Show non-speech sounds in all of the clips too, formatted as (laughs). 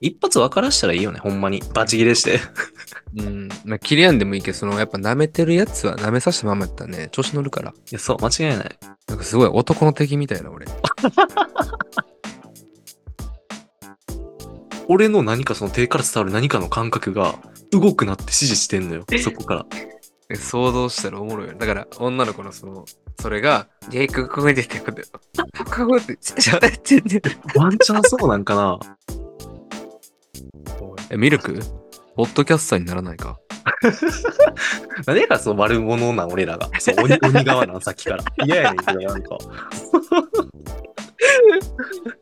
一発分からしたらいいよね、ほんまに。バチ切れして。 (laughs) うん。まあ、切れやんでもいいけど、その、やっぱ舐めてるやつは舐めさせたままやったらね、調子乗るから。いや、そう、間違いない。なんかすごい男の敵みたいな、俺。俺の何かその手から伝わる何かの感覚が動くなって指示してんのよ、そこから。え想像したらおもろいよね。だから、女の子のその、それが、ジェイク、ここに出てくるんだよ。 (laughs) ここって、喋ってんねワンチャンそうなんかなえ、ミルクポッドキャスターにならないか。何やからその悪者なん、俺らが。そう、鬼鬼側なん、さっき (laughs) から。嫌やねんけど、なん (laughs) か。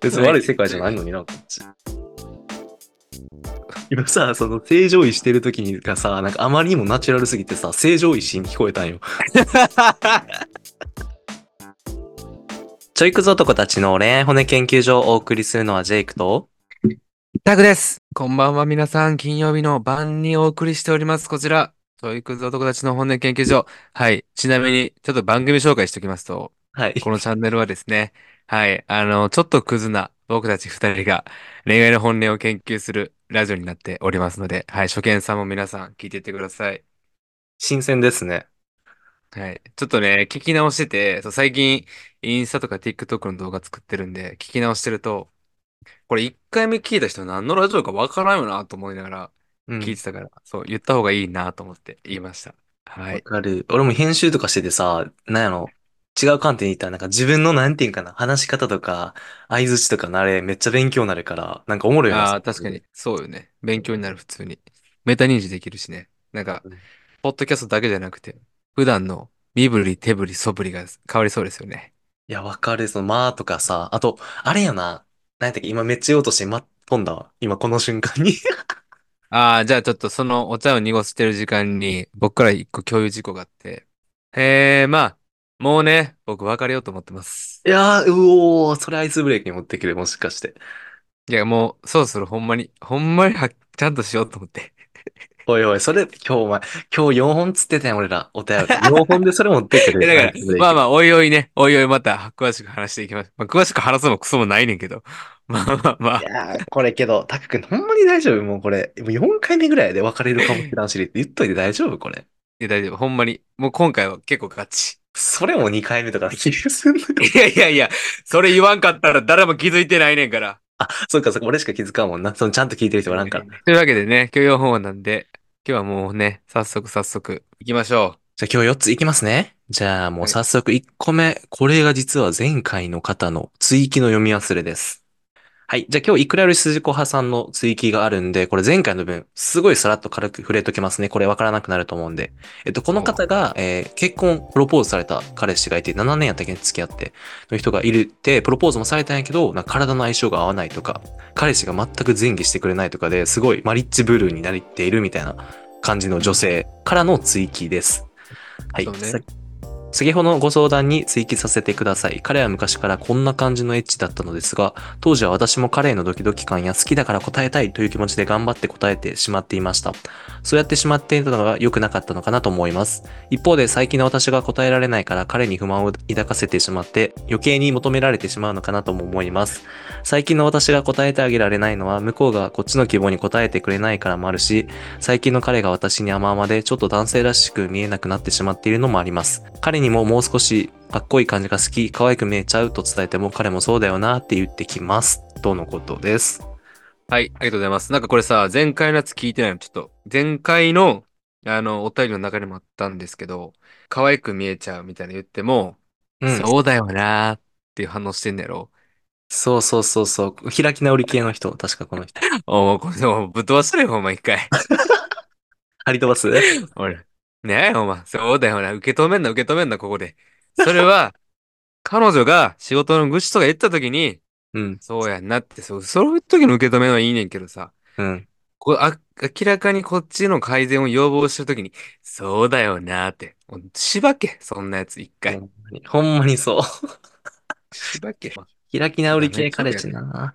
別に悪い世界じゃないのにな、こっち。今さ、その正常位してる時にがさ、なんかあまりにもナチュラルすぎてさ、正常位しに聞こえたんよ。 (laughs) ちょいくぞ男たちの恋愛骨研究所をお送りするのはジェイクと、タグです。こんばんは、皆さん。金曜日の晩にお送りしております。こちら、教育図男たちの本音研究所。はい。ちなみに、ちょっと番組紹介しておきますと、はい。このチャンネルはですね、はい、あの、ちょっとクズな僕たち二人が恋愛の本音を研究するラジオになっておりますので、はい、初見さんも皆さん聞いていってください。新鮮ですね。はい。ちょっとね、聞き直してて、そう、最近、インスタとか TikTok の動画作ってるんで、聞き直してると、これ一回目聞いた人何のラジオかわからんよなと思いながらうん聞いてたから、そう、言った方がいいなと思って言いました。はわい。かる。俺も編集とかしててさ、なんやろ、違う観点にいたら、なんか自分のなんていうんかな、話し方とか、相槌とかなれ、めっちゃ勉強になるから、なんかおもろいよなああ、確かに。。そうよね。勉強になる、普通に。メタ認知できるしね。なんかうん、ポッドキャストだけじゃなくて、普段の身振り、手振り、素振りが変わりそうですよね。いや、わかる。その、まあとかさ、あと、あれやな、なんやったっけ、今めっちゃ言おうとして、ま、飛んだわ。今この瞬間に。 (laughs) ああ、じゃあちょっとそのお茶を濁してる時間に、僕から一個共有事項があって。えー、まあ、もうね、僕別れようと思ってます。いやー、うおー、それアイスブレイクに持ってくる、もしかして。いや、もう、そろそろほんまに、ほんまには、ちゃんとしようと思って。おいおい、それ、今日お前、今日4本つってたやん、俺ら。お便り。4本でそれ持ってくる。 (laughs) え、だアかイスブレら、イまあク。まあ、おいおいね、おいおいまた、詳しく話していきます。まあ、詳しく話すもクソもないねんけど。まあまあまあい。やー、これけど、たくくん、ほんまに大丈夫もうこれ、もう4回目ぐらいで別れるかもしれんシリーズ言っといて大丈夫これ。いや、大丈夫。ほんまに。もう今回は結構ガチ。 (laughs) それも2回目とかな気がするのよ。 (laughs) いやいやいや、それ言わんかったら誰も気づいてないねんから。そっかそっか、俺しか気づかんもんな。そのちゃんと聞いてる人おらんから。じゃというわけでね、今日4本なんで、今日はもうね、早速早速行きましょあ今日4ついきますね。じゃあもうはい早速1個目。これが実は前回の方の追記の読み忘れです。はい。じゃあ今日いくらより筋子派さんの追記があるんで、これ前回の分、すごいさらっと軽く触れときますね。これわからなくなると思うんで。えっと、この方が、えー結婚、プロポーズされた彼氏がいて、7年やったっけ付き合って、の人がいるって、プロポーズもされたんやけど、なんか体の相性が合わないとか、彼氏が全く前儀してくれないとかですごいマリッジブルーになっているみたいな感じの女性からの追記です。はい。そうねさ先ほどのご相談に追記させてください。彼は昔からこんな感じのエッチだったのですが、当時は私も彼へのドキドキ感や好きだから答えたいという気持ちで頑張って答えてしまっていました。そうやってしまっていたのが良くなかったのかなと思います。一方で最近の私が答えられないから彼に不満を抱かせてしまって余計に求められてしまうのかなとも思います。最近の私が答えてあげられないのは向こうがこっちの希望に応えてくれないからもあるし、最近の彼が私に甘々でちょっと男性らしく見えなくなってしまっているのもあります。彼にももう少しかっこいい感じが好き、可愛く見えちゃうと伝えても彼もそうだよなって言ってきます。とのことです。う。はい、ありがとうございます。なんかこれさ、前回のやつ聞いてないの、ちょっと、前回の、あの、お便りの中にもあったんですけど、可愛く見えちゃうみたいな言っても、うん。そうだよなーっていう反応してんねやろ。そうそうそうそう。開き直り系の人、確かこの人。おもうこれもうぶっ飛ばしてるよ、お前一回。張り飛ばす俺。ねえ、お前。そうだよな。受け止めんな、受け止めんな、ここで。それ (laughs) は、彼女が仕事の愚痴とか言った時に、うん。そうやんなって、そう、そういう時の受け止めはいいねんけどさ、うん。こうあ明らかにこっちの改善を要望してる時に、そうだよなって。もうしばけ、そんなやつ一う回。んほんまにそう。しばけ。開き直り系彼氏な。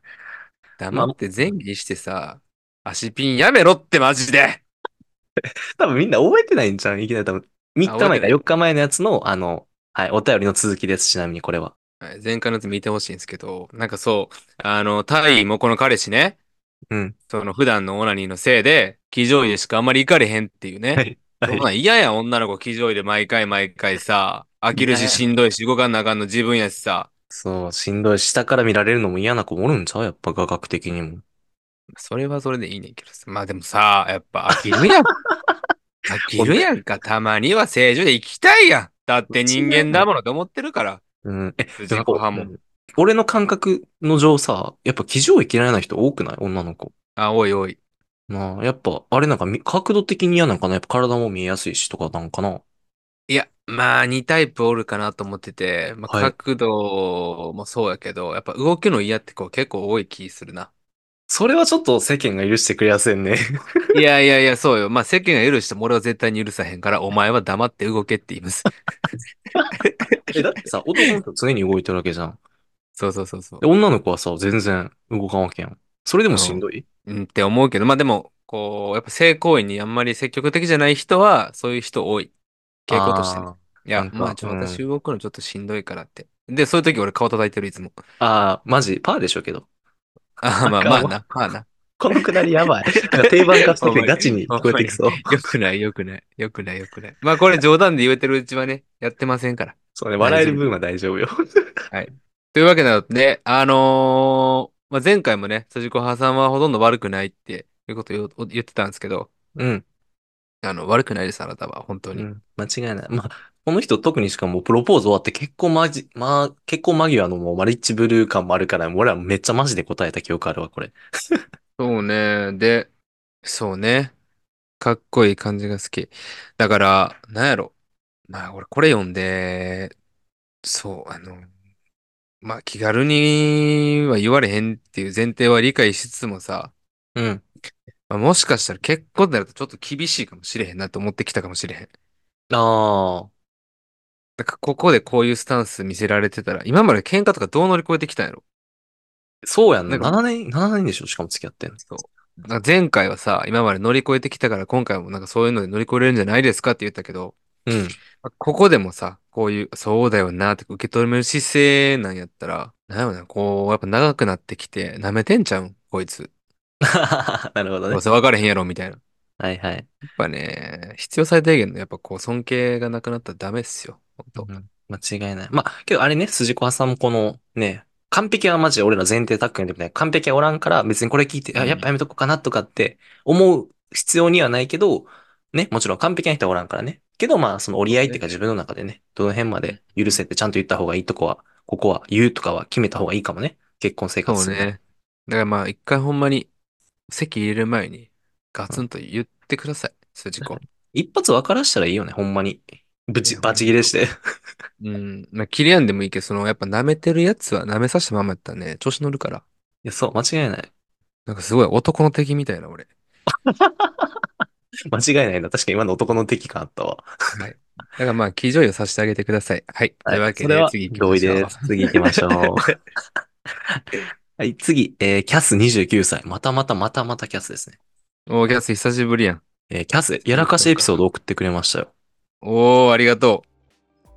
黙って前儀してさ、足ピンやめろってマジで多分みんな覚えてないんちゃういきなり多分。3日前か4日前のやつの、あの、はい、お便りの続きです。ちなみにこれは。はい前回のやつ見てほしいんですけど、なんかそう、あの、タイもこの彼氏ね、うん。その普段のオナニーのせいで、気乗位でしかあんまり行かれへんっていうね。はいはそんいなん嫌や、女の子気乗位で毎回毎回さ、飽きるししんどいし動かんなあかんの自分やしさ。そう、しんどい。下から見られるのも嫌な子おるんちゃうやっぱ画角的にも。それはそれでいいねんけどさ。まあでもさ、やっぱ飽き (laughs) るやん。飽きるやんか。たまには正常で行きたいやん。だって人間だものと思って (laughs) るから。うん。え、自己破門。俺の感覚の上さ、やっぱ騎乗位嫌いな人多くない女の子。あ、おいおい。なあ、やっぱ、あれなんかみ角度的に嫌なんかなやっぱ体も見えやすいしとかなんかないや、まあ2タイプおるかなと思ってて、まあはい角度もそうやけど、やっぱ動きの嫌って子結構多い気するな。それはちょっと世間が許してくれやせん (laughs) ね。いやいやいや、そうよ。まあ世間が許しても俺は絶対に許さへ (laughs) んから、お前は黙って動けって言います。え、だってさ、男の人常に動いてるわけじゃん。そうそうそうそうで。女の子はさ、全然動かんわけやん。それでもしんどいうんって思うけど、まあでも、こう、やっぱ性行為にあんまり積極的じゃない人は、そういう人多い。傾向としてね。あーいや、なんかまあちょ、うん私動くのちょっとしんどいからって。で、そういう時俺顔叩いてる、いつも。あー、マジ、パーでしょうけど。ああ、まあ顔まあな、まあな。このくだりや (laughs) ばい。なんか定番化しててガチに聞こえてきそう。 (laughs) よくない、よくない、よくない、よくない。まあこれ冗談で言えてるうちはね、やってませんから。そうね、笑える分は大丈夫よ。というわけなので、あのーまあ前回もね、辻子派さんはほとんど悪くないっていうことを言言ってたんですけど、 (laughs) うん。あの、悪くないです、あなたは、本当うに。ん、間違いない。まあ、この人特にしかもプロポーズ終わって結婚マジ、まあ、結婚間際のもうマリッジブルー感もあるから、俺はめっちゃマジで答えた記憶あるわ、これ。そうね。で、そうね。かっこいい感じが好き。だから、なんやろ。まあ、俺これ読んで、そう、あの、まあ、気軽には言われへんっていう前提は理解しつつもさ、うん。まあ、もしかしたら結婚ってなるとちょっと厳しいかもしれへんなと思ってきたかもしれへん。あだから、ここでこういうスタンス見せられてたら、今まで喧嘩とかどう乗り越えてきたんやろ。あ、そうやんな。なんか7年、7年でしょしかも付き合ってんの。そう。なんか前回はさ、今まで乗り越えてきたから、今回もなんかそういうので乗り越えれるんじゃないですかって言ったけど、うん。まあここでもさ、こういう、そうだよなって受け止める姿勢なんやったら、なんやろな、こう、やっぱ長くなってきて、舐めてんちゃうん、こいつ。 (laughs) なるほどどねう。せ分かれへんやろ、みたいな。や (laughs) はいはい。っぱね、必要最低限の、やっぱこう、尊敬がなくなったらダメっすよ、ほんと。うん間違いない。まあ、けどあれね、筋子さんもこの、ね、完璧はマジで俺ら前提タックンでもね、完璧はおらんから別にこれ聞いて、うあ、んやっぱやめとこうかなとかって思う必要にはないけど、ね、もちろん完璧な人はおらんからね。けどまあ、その折り合いっていうか自分の中でね、どの辺まで許せってちゃんと言った方がいいとこは、ここは言うとかは決めた方がいいかもね。結婚生活そすうるなら。ね。だからまあ、一回ほんまに、席入れる前に、ガツンと言ってください、筋 (laughs) 子。一発分からしたらいいよね、ほんまに。ぶいち、やバチ切れして。うん。まあ、切りやんでもいいけど、その、やっぱ舐めてるやつは舐めさせたままやったらね、調子乗るから。いや、そう、間違いない。なんかすごい男の敵みたいな、俺。間違いないな。確かに今の男の敵感あったわ。はい。だからまあ、気乗位をさせてあげてください。はい。というわけそれでは、次行き同ま意しょうで。す。次行きま (laughs) しょう。はい、次、えー、キャス29歳。またまたまたまたキャスですね。おー、キャス久しぶりやん。えー、キャス、やらかしエピソード送ってくれましたよ。おー、ありがと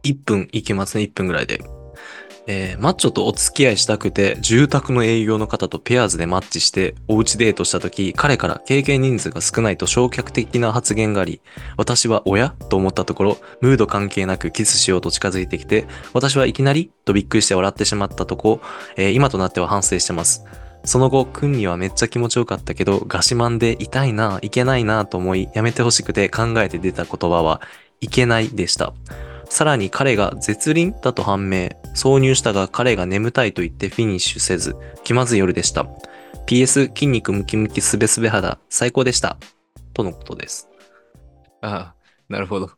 1分いけますね、1分ぐらいで。えーマッチョとお付き合いしたくて、住宅の営業の方とペアーズでマッチして、おうちデートした時、彼から経験人数が少ないと消極的な発言があり、私は親と思ったところ、ムード関係なくキスしようと近づいてきて、私はいきなりとびっくりして笑ってしまったとこ、えー今となっては反省してます。その後、君にはめっちゃ気持ちよかったけど、ガシマンで痛いな、いけないなと思い、やめてほしくて考えて出た言葉は、いけないでした。さらに彼が絶倫だと判明。挿入したが彼が眠たいと言ってフィニッシュせず、気まずい夜でした。PS 筋肉ムキムキすべすべ肌、最高でした。とのことです。う。ああ、なるほど。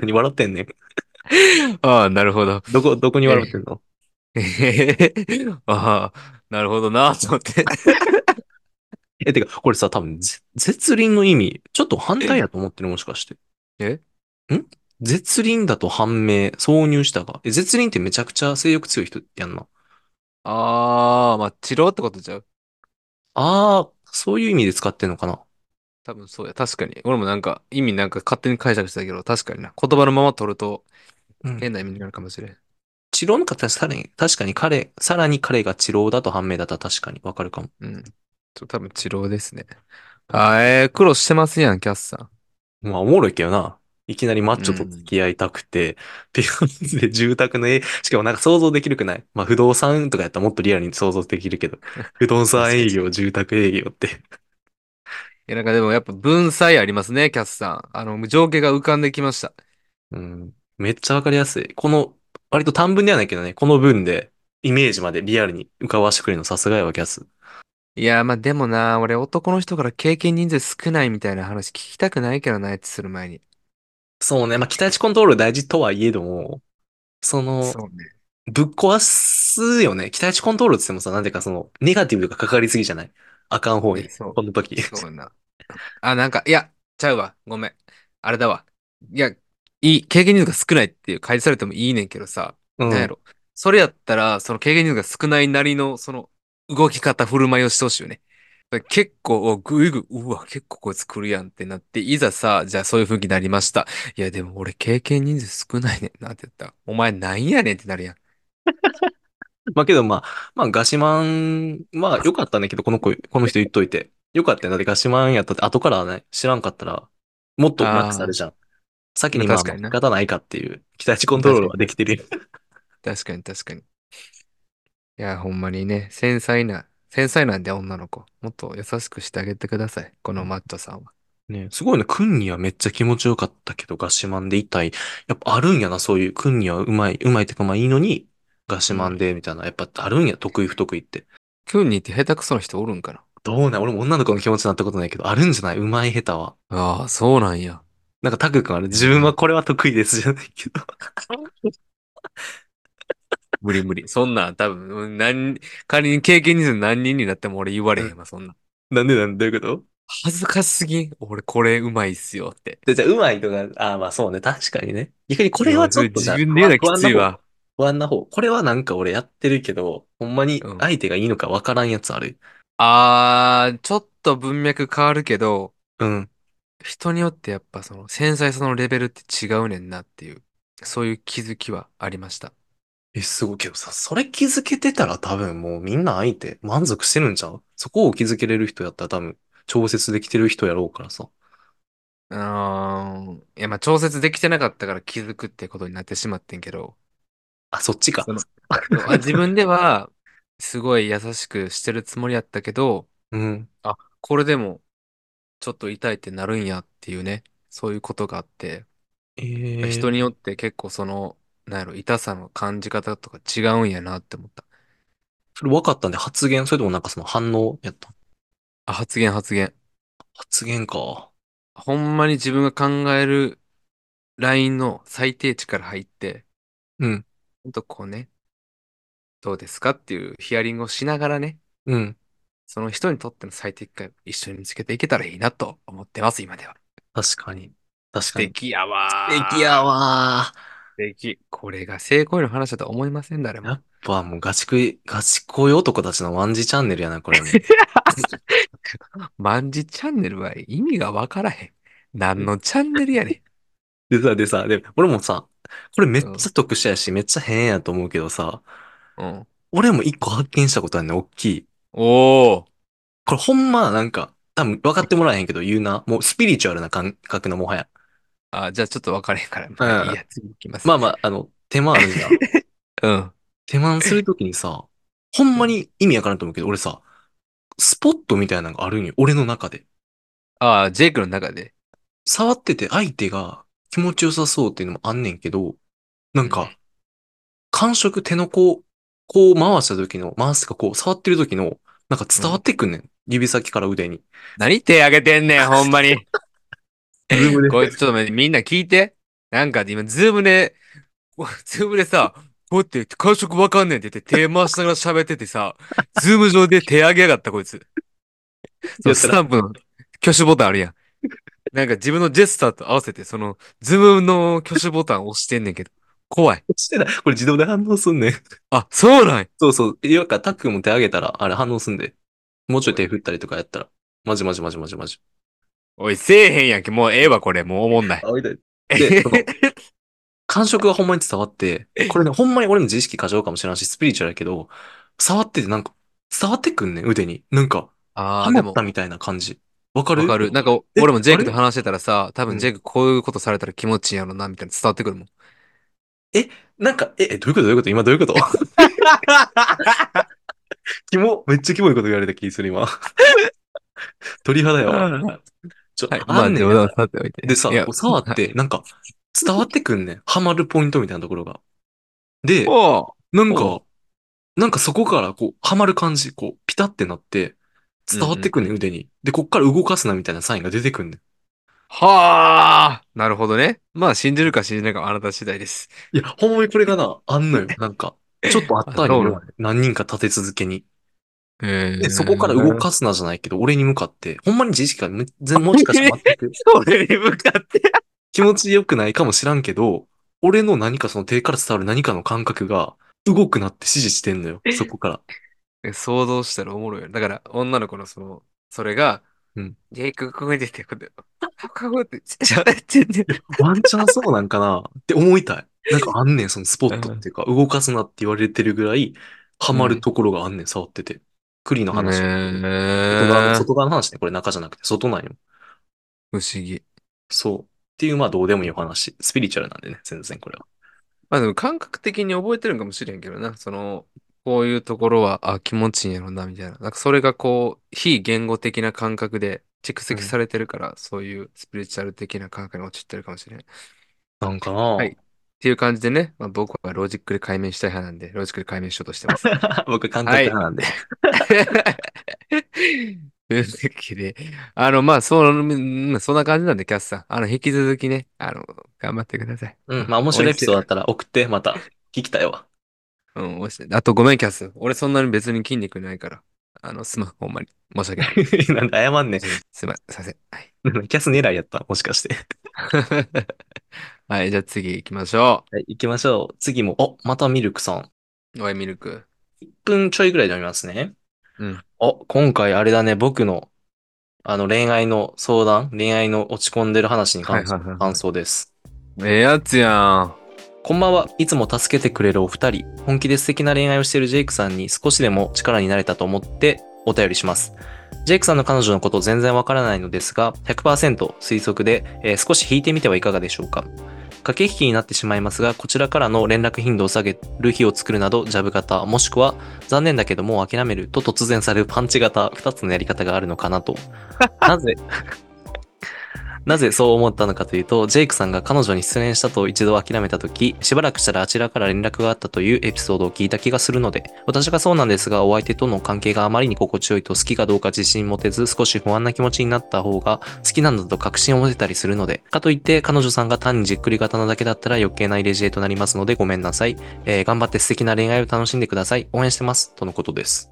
何笑ってんねん。ああ、なるほど。 (laughs) どこ、どこに笑ってんのえへへへああ、なるほどな、と思 (laughs) って。え、てか、これさ、多分、ぜ絶倫の意味、ちょっと反対やと思ってるもしかして。えん絶倫だと判明、挿入したが。え絶倫ってめちゃくちゃ性欲強い人やんな。ああ、まあ、治療ってことちゃうあー、そういう意味で使ってんのかな。多分そうや。確かに。俺もなんか、意味なんか勝手に解釈してたけど、確かにな。言葉のまま取ると、うん。変な意味になるかもしれん。治療の方、さらに、確かに彼、さらに彼が治療だと判明だったら確かにわかるかも。うん。と多分治療ですね。あー、えー、苦労してますやん、キャスさん。まあ、おもろいけどな。いきなりマッチョと付き合いたくて、ピラミッドで住宅の絵、しかもなんか想像できるくないまあ、不動産とかやったらもっとリアルに想像できるけ (laughs) ど、不動産営業、住宅営業って。いや、なんかでもやっぱ文才ありますね、キャスさん。あの、情景が浮かんできました。うん。めっちゃわかりやすい。この、割と短文ではないけどね、この文で、イメージまでリアルに浮かばしてくれるのさすがやわ、キャス。いや、まあでもな、俺男の人から経験人数少ないみたいな話聞きたくないけどな、エッチする前に。そうね。まあ、期待値コントロール大事とはいえども、その、そうね。ぶっ壊すよね。期待値コントロールって言ってもさ、なんていうかその、ネガティブがかかりすぎじゃないあかん方に。そうこの時。そうやな。あ、なんか、いや、ちゃうわ。ごめん。あれだわ。いや、いい、経験人数が少ないっていう開示されてもいいねんけどさ、うんなんやろ。それやったら、その経験人数が少ないなりの、その、動き方、振る舞いをしてほしいよね。結構、おぐいぐい、うわ、結構こいつ来るやんってなって、いざさ、じゃあそういう風になりました。いや、でも俺経験人数少ないねんなって言ったら、お前なんやねんってなるやん。まあけどまあ、まあガシマン、まあよかったんだけど、この子、この人言っといて。よかったよ。だってガシマンやったって、後からね、知らんかったら、もっとマックスあるじゃん。先にまあ、確かにな仕方ないかっていう、期待値コントロールはできてるよ。確かに確かに。いや、ほんまにね、繊細な、繊細なんで女の子。もっと優しくしてあげてください。このマッチョさんは。ね、すごいね。クンニはめっちゃ気持ちよかったけど、ガシマンで痛い。やっぱあるんやな、そういう。クンニはうまい、うまいってかまあいいのに、ガシマンで、みたいな。やっぱあるんや、得意不得意って。クンニって下手くそな人おるんかなどうなん俺も女の子の気持ちになったことないけど、あるんじゃないうまい下手は。ああ、そうなんや。なんかタク君あれ、自分はこれは得意ですじゃないけど。 (laughs) 無理無理。そんなん多分、うん何、仮に経験人数何人になっても俺言われへんわ、そんなん。なんでなんでどういうこと恥ずかしすぎん。俺これうまいっすよって。で、じゃあ、うまいとか、ああ、まあそうね、確かにね。逆にこれはちょっと自な分で言うのきついわ。不安な方。不安な方。これはなんか俺やってるけど、ほんまにうん相手がいいのかわからんやつある。ああ、ちょっと文脈変わるけど、うん。人によってやっぱその繊細さのレベルって違うねんなっていう、そういう気づきはありました。え、すごいけどさ、それ気づけてたら多分もうみんな相手満足してるんちゃうそこを気づけれる人やったら多分調節できてる人やろうからさ。うーん。いや、まあ、調節できてなかったから気づくってことになってしまってんけど、あ、そっちか。そのあ自分では、すごい優しくしてるつもりやったけど、うん。これでも、ちょっと痛いってなるんやっていうね、そういうことがあって、えー、人によって結構その、なんやろ、痛さの感じ方とか違うんやなって思った。それ分かったんで発言、それともなんかその反応やったあ、発言発言。発言か。ほんまに自分が考えるラインの最低値から入って、うん。ほんとこうね、どうですかっていうヒアリングをしながらね、うん。その人にとっての最適解を一緒に見つけていけたらいいなと思ってます、今では。確かに。確素かに。敵やわ素ー。敵やわー。素敵。これが性行為の話だとは思いません、誰やも。っぱもうガチ恋、ガチ恋男たちのワンジチャンネルやな、これも。 (laughs) 万事チャンネルは意味がわからへん。何のチャンネルやねん。でさ、でさ、で、俺もさ、これめっちゃ特殊やし、めっちゃ変やと思うけどさ、うん。俺も一個発見したことあるね、おっきい。おー。これほんまなんか、多分分かってもらえへんけど言うな。もうスピリチュアルな感覚のもはや。あ、じゃあちょっと分からへんから。まあいいや、次行きます。まあまあ、あの、手間あるじゃん。うん。手間するときにさ、ほんまに意味わからんと思うけど、俺さ、スポットみたいなのがあるんよ、俺の中で。ああ、ジェイクの中で。触ってて相手が気持ちよさそうっていうのもあんねんけど、なんうんか、感触手のこう、こう回した時の、回すかこう触ってる時の、なんか伝わってくんねん。指先から腕に。何手あげてんねん、ほんまに。ズームでこいつちょっと待ってみんな聞いて。なんか今、ズームで、こうズームでさ、こうやって感触わかんねんって言って手回しながら喋っててさ、ズーム上で手上げやがった、こいつ。そやのったスらタンプの挙手ボタンあるやん。なんか自分のジェスチャーと合わせて、その、ズームの挙手ボタン押してんねんけど、怖い。してない。これ自動で反応すんねん。あ、そうなんやそうそう。いや、かタックも手上げたら、あれ反応すんで。もうちょい手振ったりとかやったら。マジマジマジマジマジ。おい、せえへんやんけ。もうええわ、これ。もうおもんない。あ、みたい。で、その感触がほんまに伝わって、これね、ほんまに俺の自意識過剰かもしれないし、スピリチュアルやけど、触っててなんか、伝わってくんねん、腕に。なんか、 (laughs) あハあ、でマもっ、たみたいな感じ。わかるわかる。なんか、え俺もジェイクとあ話してたらさ、多う分んジェイクこういうことされたら気持ちいいんやろな、みたいな伝わってく (laughs) るもん。なんか、え、えどういうことどういうこと今どう (laughs) いうことキモ、めっちゃキモいこと言われた気する、今。 (laughs) 鳥肌やわ。はちょ、い。まああ、んねん冗談はさておいて。でさ、いやこう触 (laughs) って、なんか、伝わってくんねん。ハマるポイントみたいなところが。で、おうなんかお、なんかそこからこう、ハマる感じ、こう、ピタってなって、伝わってくんねん、腕に。で、こっから動かすなみたいなサインが出てくんねん。はあなるほどね。まあ、信じるか信じないかはあなた次第です。いや、ほんまにこれがな、あんのよ。 (laughs) なんか、ちょっとあったんそうなよの。何人か立て続けに。えで、そこから動かすなじゃないけど、俺に向かって、ほんまに自意識がむ全もしかしたら全 (laughs) くそれに向か (laughs) って。気持ち良くないかもしらんけど、俺の何かその手から伝わる何かの感覚が動くなって指示してんのよ、そこから。え想像したらおもろいよ。だから、女の子のその、それが、うんジェイク、ここに出てくる。ここって喋ってんねん。ワンチャンそうなんかなって思いたい。なんかあんねん、そのスポットっていうか、動かすなって言われてるぐらい、ハマるところがあんねん、触ってて。栗の話。外側のねえ外側の話ね、これ中じゃなくて、外なんよ。不思議。そう。っていう、まあどうでもいいお話。スピリチュアルなんでね、全然これは。まあでも感覚的に覚えてるんかもしれんけどな。その、こういうところは、あ、気持ちいいんやろな、みたいな。なんかそれがこう、非言語的な感覚で蓄積されてるから、そういうスピリチュアル的な感覚に陥ってるかもしれん。っなんかな、いていう感じでね、まあ、僕はロジックで解明したい派なんで、ロジックで解明しようとしてます。 (laughs) (laughs) 僕監督なんで。というわけで、あの、まあ、その、そんな感じなんで、キャスさん。あの、引き続きね、あの、頑張ってください。うん、まあ面白いエピソードだったら送って、また聞きたいわ。 (laughs) うん、おしあとごめん、キャス。俺そんなに別に筋肉ないから。あの、すまん、ほんまに。申し訳 (laughs) ない。なんで謝んねん。すまん、させん。は (laughs) い。キャス狙いやったもしかして。 (laughs) はい、じゃあ次行きましょはい、行きましょう。次も、お、またミルクさん。う。おい、ミルク。 1分ちょいぐらいで読みますね。うん。お、今回あれだね、僕の、あの、恋愛の相談、恋愛の落ち込んでる話に関すはいはいはいはい感想です。ええやつやん。こんばんは。いつも助けてくれるお二人。本気で素敵な恋愛をしているジェイクさんに少しでも力になれたと思ってお便りします。ジェイクさんの彼女のこと全然わからないのですが、100%推測で、えー少し引いてみてはいかがでしょうか。駆け引きになってしまいますが、こちらからの連絡頻度を下げる日を作るなど、ジャブ型、もしくは、残念だけどもう諦めると突然されるパンチ型、2つのやり方があるのかなと。なぜ、なぜそう思ったのかというと、ジェイクさんが彼女に失恋したと一度諦めた時しばらくしたらあちらから連絡があったというエピソードを聞いた気がするので、私がそうなんですが、お相手との関係があまりに心地よいと好きかどうか自信持てず、少し不安な気持ちになった方が好きなんだと確信を持てたりするので、かといって彼女さんが単にじっくり型なだけだったら余計な入れ知恵となりますのでごめんなさい。えー頑張って素敵な恋愛を楽しんでください。応援してます。とのことです。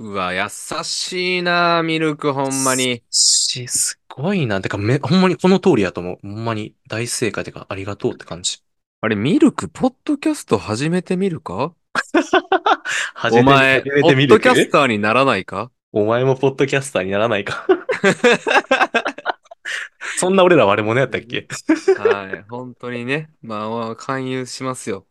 うわ、優しいな、ミルク、ほんまに。し、すごいな。てか、め、ほんまにこの通りやと思う。ほんまに大正解てか、ありがとうって感じ。あれ、ミルク、ポッドキャスト始めてみるか初お前、ポ初めて見ッるドけキどャスターにならないかお前もポッドキャスターにならない (laughs) か。そんな俺ら悪者やったっけはい、本当にね。まあ、勧誘しますよ。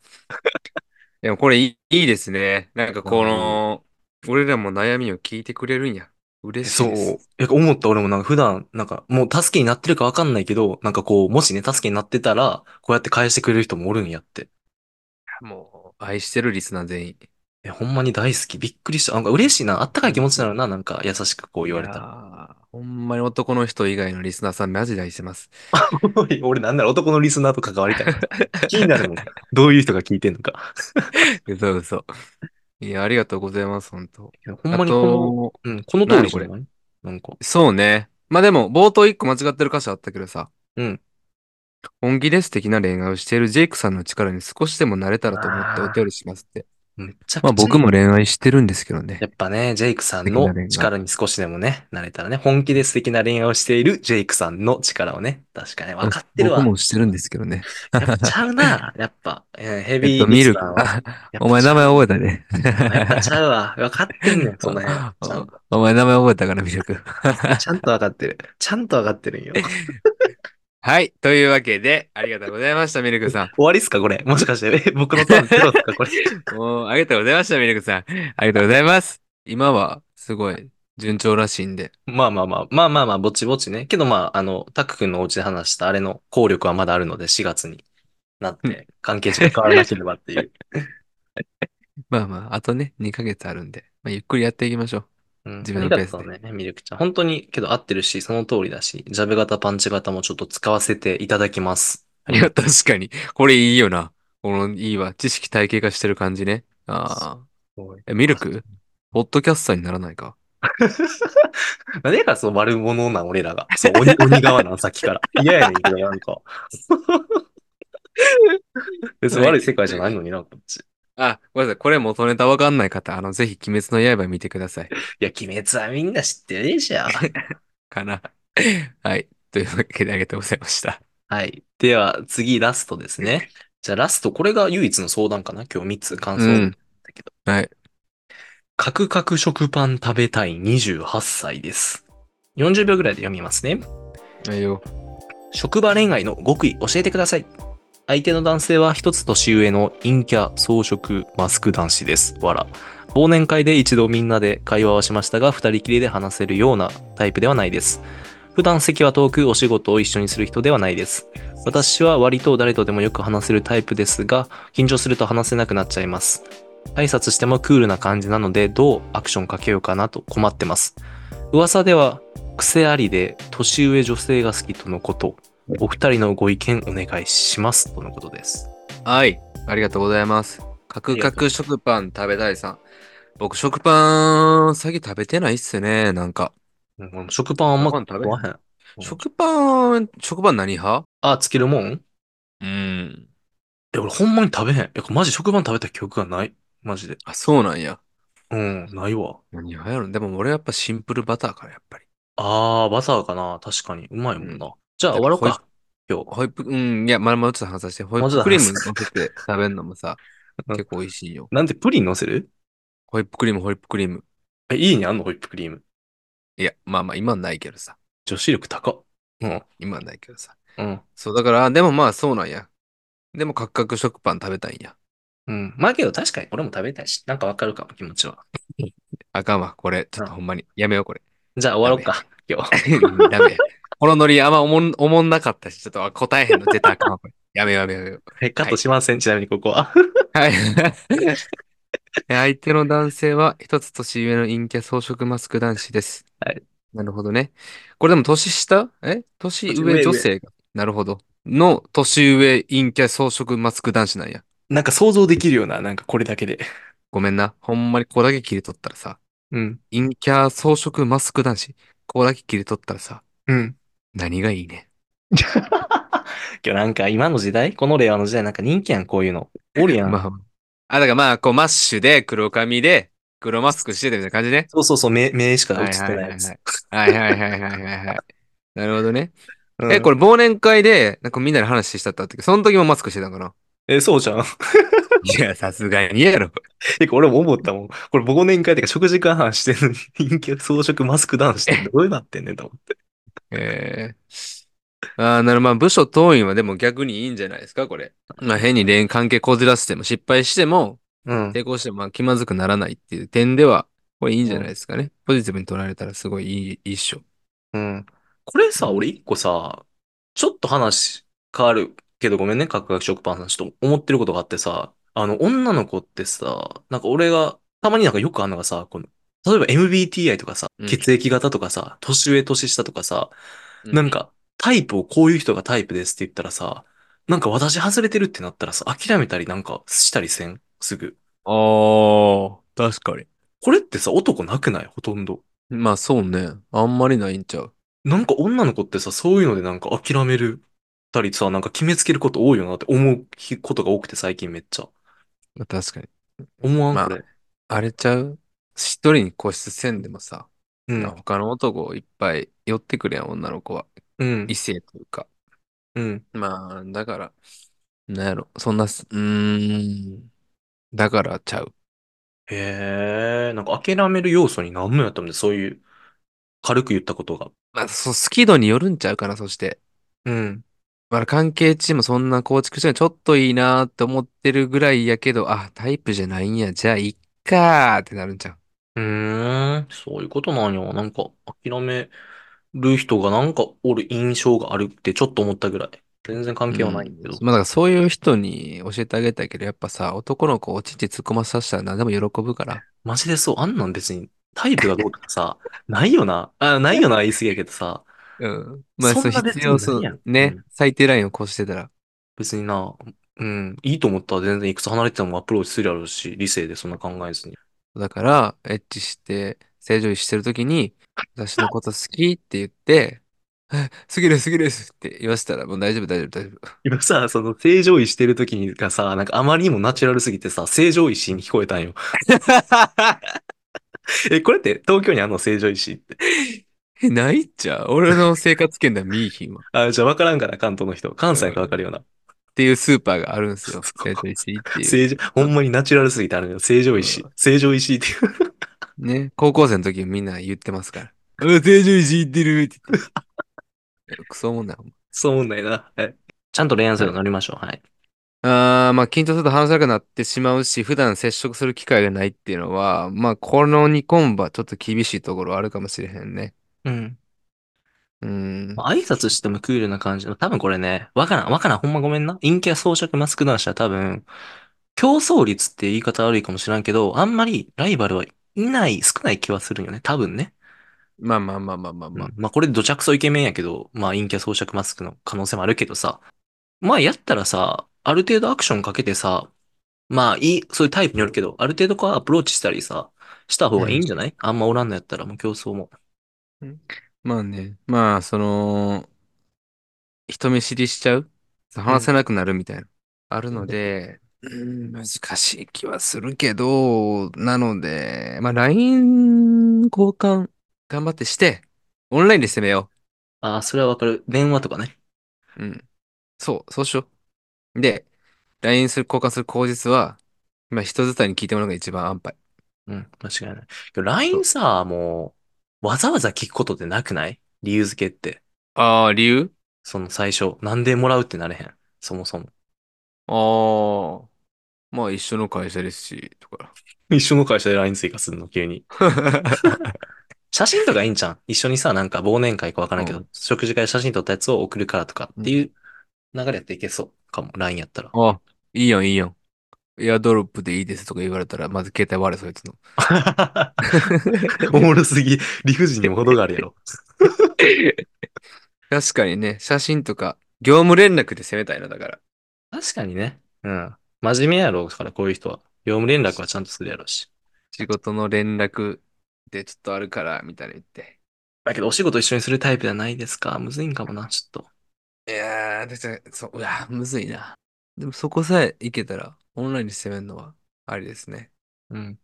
でもこれいい、いいですね。なんかこの、俺らも悩みを聞いてくれるんや。嬉しいそうです。。え、思った俺もなんか普段、なんかもう助けになってるかわかんないけど、なんかこう、もしね、助けになってたら、こうやって返してくれる人もおるんやって。もう、愛してるリスナー全員。え、ほんまに大好き。びっくりした。なんか嬉しいな。あったかい気持ちになるな。なんか優しくこう言われたら。た。ほんまに男の人以外のリスナーさんマジで愛してます。おい俺なんなら男のリスナーと関わりたい。気になるもん。どういう人が聞いてんのか。嘘嘘。いや、ありがとうございます、本当。いやほんあまにこと、の、うん、この通りじゃないなんか。そうね。まあでも、冒頭一個間違ってる箇所あったけどさ。うん。本気で素敵な恋愛をしているジェイクさんの力に少しでもなれたらと思ってお便りしますって。めちゃくちゃまあ僕も恋愛してるんですけどねや。っぱね、ジェイクさんの力に少しでもね、慣れたらね、本気で素敵な恋愛をしているジェイクさんの力をね、確かに分かってるわ。僕もしてるんですけどね。やっぱちゃう (laughs) な、やっぱ。えーヘえビっーと、リミスルナクー。は。あ (laughs) お前名前覚えたね。前。やっぱちゃうわ。分かってんね (laughs) ん、その辺。ちゃんとお前名前覚えたから、ミルク。ちゃんと分かってる。ちゃんと分かってるんよ。はい。というわけで、ありがとうございました、ミルクさん。 (laughs) 終わりっすかこれ。もしかして。え僕のターンゼロっすかこれ。もう、ありがとうございました、ミルクさん。ありがとうございます。今は、すごい、順調らしいんで。まあまあまあ、まあまあまあ、ぼちぼちね。けどまあ、あの、タク君のお家で話したあれの効力はまだあるので、4月になっうて、関係値が変わらなければって (laughs) いう。まあまあ、あとね、2ヶ月あるんで、まあ、ゆっくりやっていきましょう。うん、自分あのりペがースでとうね、ミルクちゃん。本当に、けど合ってるし、その通りだし、ジャブ型、パンチ型もちょっと使わせていただきます。いや、確かに。これいいよな。この、いいわ。知識体系化してる感じね。ああ。え、ミルクポッドキャスターにならないか。なんでやからそう悪者なん、俺らが。そう、鬼、 (laughs) 鬼側なん、さっきから。嫌やねんけど、なんか。 (laughs) 別に悪い世界じゃないのにな、こっち。いあ、ごめんなさい。これ元ネタわかんない方、あの、ぜひ、鬼滅の刃見てください。や、鬼滅はみんな知ってるでしょ。かな。 (laughs) はい。というわけでありがとうございました。はい。では、次、ラストですね。じゃあ、ラスト、これが唯一の相談かな。今日3つ感想うんだけど。はい。カクカク食パン食べたい28歳です。40秒ぐらいで読みますね。はいよ。職場恋愛の極意教えてください。相手の男性は一つ年上の陰キャ、装飾、マスク男子です。わら。忘年会で一度みんなで会話をしましたが、二人きりで話せるようなタイプではないです。普段席は遠くお仕事を一緒にする人ではないです。私は割と誰とでもよく話せるタイプですが、緊張すると話せなくなっちゃいます。挨拶してもクールな感じなので、どうアクションかけようかなと困ってます。噂では、癖ありで年上女性が好きとのこと。お二人のご意見お願いしますとのことです。はい。ありがとうございます。カクカク食パン食べたいさん。僕、食パン、最近食べてないっすね。なんか。うん俺も食パンあんまご飯食べ食わへん。うん食パン、食パン何派あ、つけるもんうん。え、俺ほんまに食べへん。いや、マジ食パン食べた記憶がない。マジで。あ、そうなんや。うん、ないわ。何派やろでも俺やっぱシンプルバターからやっぱり。あー、バターかな。確かに。うまいもんな。じゃあ終わろうか。今日。ホイップ、うん、いや、まだまだちょっと話させて、ホイッもうちょっとプクリー話、ム乗せて食べるのもさ (laughs) うん結構美味しいよ。なんでプリン乗せるホイップクリーム、ホイップクリーム。え、家にあんのホイップクリーム。いや、まあまあ今はないけどさ。女子力高っ。うん。今はないけどさ。うん。そう、だから、でもまあそうなんや。でもカクカク食パン食べたいんや。うん。まあけど確かに俺も食べたいし、なんかわかるかも、気持ちは。あかんわ、これ。ちょっとほんまに。やめよう、これ。じゃあ終わろうか、今日。 (laughs) ダメ。このノリあんまおもん、おもんなかったし、ちょっとあ答えへんの絶対あかんわ、これ。やめよう、やめよう、やめよう。えカットしません、ちなみにここは。 (laughs) はい。 (laughs) 相手の男性は一つ年上の陰キャ装飾マスク男子です。はい。なるほどね。これでも年下え年年上上女性が。なるほど。の年上陰キャ装飾マスク男子なんや。なんか想像できるような、なんかこれだけで。ごめんな。ほんまにここだけ切り取ったらさ。うん。陰キャ装飾マスク男子。ここだけ切り取ったらさ。うん。何がいいね。今日なんか今の時代、この令和の時代なんか人気やん、こういうの。おるやん。まあ。あ、だからまあ、こうマッシュで黒髪で黒マスクしててみたいな感じね。そうそうそう、目、目しか映ってないやつ。はいはいはいはいはいはい (laughs) はいはい。なるほどね。え、これ、れ忘年会で、なんかみんなで話したった時、その時もマスクしてたんかなえ、そうじゃん。 (laughs) いや、さすがにやろ。てか俺も思ったもん。これ忘年会とか食事会話してるのに、人気装飾マスクダウンしてどうなってんねんと思って。 (laughs) えー、あーなるまあ、部署党員はでも逆にいいんじゃないですか、これ。まあ、変に連関係こじらせても、失敗しても、うん。抵抗しても、まあ、気まずくならないっていう点では、これいいんじゃないですかね。ポジティブに取られたらすごいいい、いいっしょ。うん。これさ、俺一個さ、ちょっと話変わるけどごめんね、角学食パンさん。ちょっと思ってることがあってさ、あの、女の子ってさ、なんか俺が、たまになんかよくあるのがさ、この、例えば MBTI とかさう、ん血液型とかさ、年上年下とかさ、なんか、タイプをこういう人がタイプですって言ったらさ、なんか私外れてるってなったらさ、諦めたりなんかしたりせんすぐ。うん。ああ、確かに。これってさ、男なくないほとんど。まあ、そうね。あんまりないんちゃう。なんか女の子ってさ、そういうのでなんか諦めるたりさ、なんか決めつけること多いよなって思うことが多くて最近めっちゃ。まあ確かに。思わんまあこれ。あれちゃう一人に固執せんでもさ、うん。他の男をいっぱい寄ってくるやん、女の子は。うん異。性というか。うん。まあ、だから、なんやろ、そんなす、うーん、だからちゃう。へえ、なんか諦める要素になんのやったんで、そういう、軽く言ったことが。まあ、そう、好き度によるんちゃうかな、そして。うん。まあ、関係値もそんな構築してない。ちょっといいなって思ってるぐらいやけど、あ、タイプじゃないんや。じゃあ、いっかーってなるんちゃううーん、そういうことなんや。なんか、諦める人がなんかおる印象があるってちょっと思ったぐらい。全然関係はないんだけど。うんまあ、だからそういう人に教えてあげたいけど、やっぱさ、男の子をちんちん突っ込ませさせたら何でも喜ぶから。マジでそう、あんなん別にタイプがどうとかさ、 (laughs) ないよな。あ、ないよな、言い過ぎやけどさ、うん。まあ、そんそうな必要別そにうないやん。ねうん。最低ラインを越してたら。別にな、うん、いいと思ったら全然いくつ離れててもアプローチするやろうし、理性でそんな考えずに。だから、エッチして、正常位してるときに、私のこと好きって言って、え好きです、好きですって言わせたら、もう大丈夫、大丈夫、大丈夫。今さ、その正常位してる時にがさ、なんかあまりにもナチュラルすぎてさ、正常石に聞こえたんよ。え、これって東京にあんの正常石って。え、 (laughs) ないっちゃう俺の生活圏では見いひんわ。っあ、じゃあ分からんから、関東の人。関西やから分かるような。ていうスーパーがあるんです (laughs) よ。そう成城石井っていう。正常、ほんまにナチュラルすぎてあるのよ。正常石う。正常石っていう。 (laughs) ね。高校生の時みんな言ってますから。うん、成城石井行ってるって言って。 (laughs) クソおもんない。ほんまそう思んないな。はい。ちゃんと恋愛するの乗りましょう。はい。あーまあ緊張すると話せなくなってしまうし、普段接触する機会がないっていうのは、まあこの2コンボはちょっと厳しいところあるかもしれへんね。うん。うん。まあ挨拶してもクールな感じの、多分これね、わからん、わからん、ほんまごめんな。陰キャ装飾マスク男子は多分、競争率って言い方悪いかもしらんけど、あんまりライバルはいない、少ない気はするんよね。多分ね。まあまあまあまあまあま。まああ、まあ、これ土着層イケメンやけど、まあ、陰キャ装飾マスクの可能性もあるけどさ、まあ、やったらさ、ある程度アクションかけてさ、まあ、いい、そういうタイプによるけど、ある程度こうアプローチしたりさ、した方がいいんじゃない、あんまおらんのやったら、もう競争も。まあね。まあその、人見知りしちゃう話せなくなるみたいな。あるので、うん、難しい気はするけど、なので、まあ LINE 交換頑張ってして、オンラインで攻めよう。ああ、それはわかる。電話とかね。うん。そう、そうしよう。で、LINE する、交換する口実は、まあ人伝いに聞いてもらうのが一番安牌。うん、間違いない。けど LINE さ、もう、わざわざ聞くことってなくない理由付けって。ああ、理由その最初、なんでもらうってなれへん。そもそも。ああ。まあ一緒の会社ですし、とか。一緒の会社で LINE 追加するの、急に。写真とかいいんじゃん。一緒にさ、なんか忘年会かわからんけうど、食事会写真撮ったやつを送るからとかっていう流れやっていけそうかも。LINE やったら。ああ、いいやん、いいやん。エアドロップでいいですとか言われたら、まず携帯割れ、そいつの。 (laughs) おもろすぎ。理不尽にも程があるやろ。確かにね、写真とか、業務連絡で攻めたいのだから。 (laughs) 確かにね。うん。真面目やろうから、こういう人は。業務連絡はちゃんとするやろうし。仕事の連絡でちょっとあるから、みたいな言って。だけど、お仕事一緒にするタイプじゃないですか。むずいんかもな、ちょっと。いやー、だって、そう、うわ、むずいな。でもそこさえいけたら、オンラインで攻めるのは、ありですね。うん。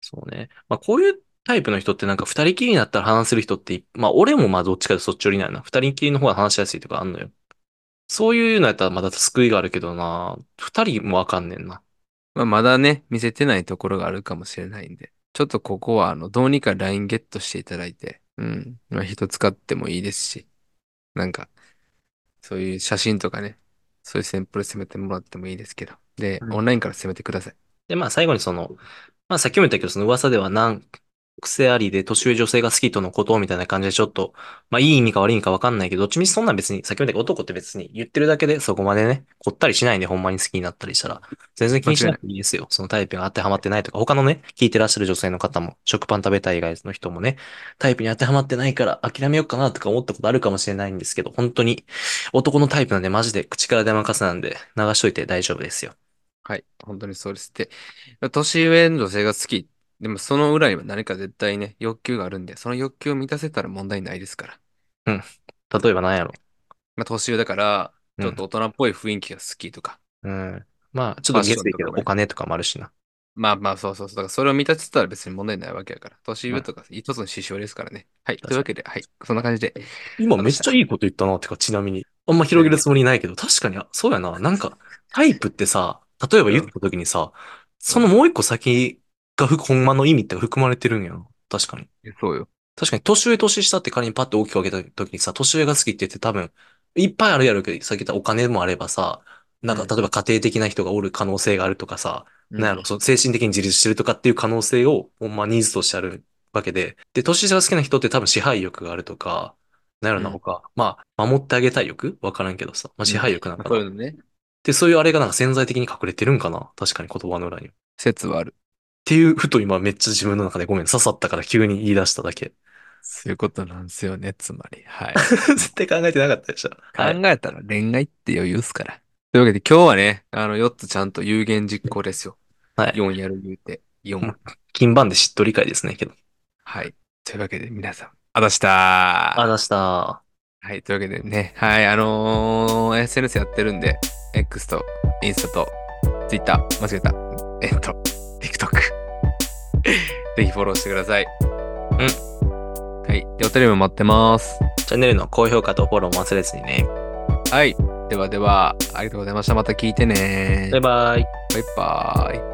そうね。まあ、こういうタイプの人ってなんか二人きりになったら話せる人ってい、まあ、俺もまあどっちかでそっち寄りなんやな。二人きりの方が話しやすいとかあんのよ。そういうのやったらまだ救いがあるけどな。二人もわかんねんな。まあ、まだね、見せてないところがあるかもしれないんで、ちょっとここは、あの、どうにか LINE ゲットしていただいて、うん、まあ、人使ってもいいですし、なんか、そういう写真とかね、そういう先プで攻めてもらってもいいですけど、で、うんオンラインから攻めてください。で、まあ最後にその、まあさっきも言ったけど、その噂では何癖ありで年上女性が好きとのことみたいな感じでちょっと、まあいい意味か悪い意味かわかんないけど、どっちみちそんなん別に、さっきも言ったけど男って別に言ってるだけでそこまでね、凝ったりしないんでほんまに好きになったりしたら、全然気にしなくていいですよ。そのタイプが当てはまってないとか、他のね、聞いてらっしゃる女性の方も、食パン食べたい以外の人もね、タイプに当てはまってないから諦めようかなとか思ったことあるかもしれないんですけど、本当に男のタイプなんでマジで口から出まかせなんで流しといて大丈夫ですよ。はい、本当にそうです。で、年上の女性が好き、でもその裏には何か絶対ね、欲求があるんで、その欲求を満たせたら問題ないですから。例えば何やろまあ、年上だかうら、んちょっと大人っぽい雰囲気が好きとか。うん。まあ、ちょっとゲスだけど、ファッションとかねお金とかもあるしな。まあまあ、そうそうそう。だからそれを満たしてたら別に問題ないわけやから。年上とか一つの指標ですからね。はい。確かにというわけで、はい。そんな感じで。今めっちゃいいこと言ったな、てか、ちなみに。あんま広げるつもりないけど、確かに、あそうやな。なんか、タイプってさ、例えば言った時にさ、そのもう一個先がふ、ほんまの意味って含まれてるんやな。確かに。そうよ。確かに、年上年下って仮にパッと大きく分けた時にさ、年上が好きって言って多分、いっぱいあるやろうけど、さっき言ったお金もあればさ、なんうんか例えば家庭的な人がおる可能性があるとかさ、うんなんやろ、その精神的に自立してるとかっていう可能性を、ほんまニーズとしてあるわけで、で、年下が好きな人って多分支配欲があるとか、なんやろうな、ん他、まあ、守ってあげたい欲わからんけどさ、まあ、支配欲なんかそうな、いうのね。で、そういうあれがなんか潜在的に隠れてるんかな確かに言葉の裏に。っ説はある。ていう、ふと今めっちゃ自分の中でごめん、刺さったから急に言い出しただけ。 (laughs) そういうことなんですよね、つまり。はい。絶対考えてなかったでしょ。はい。 (laughs) 考えたら恋愛って余裕っすから。というわけで今日はね、あの4つちゃんと有言実行ですよ。はい4やる言うて。う4ん。金番でしっとり会ですね、けど。はい。というわけで皆さん、あだしたあ、出した。はい。というわけでね、はい。あのー SNS やってるんで、X とインスタと Twitter、間違えた。えっと、TikTok。ぜひフォローしてください。うん。はい。で、お便りも待ってます。チャンネルの高評価とフォローも忘れずにね。はい。ではでは、ありがとうございました。また聞いてね。バイバイ。バイバイ。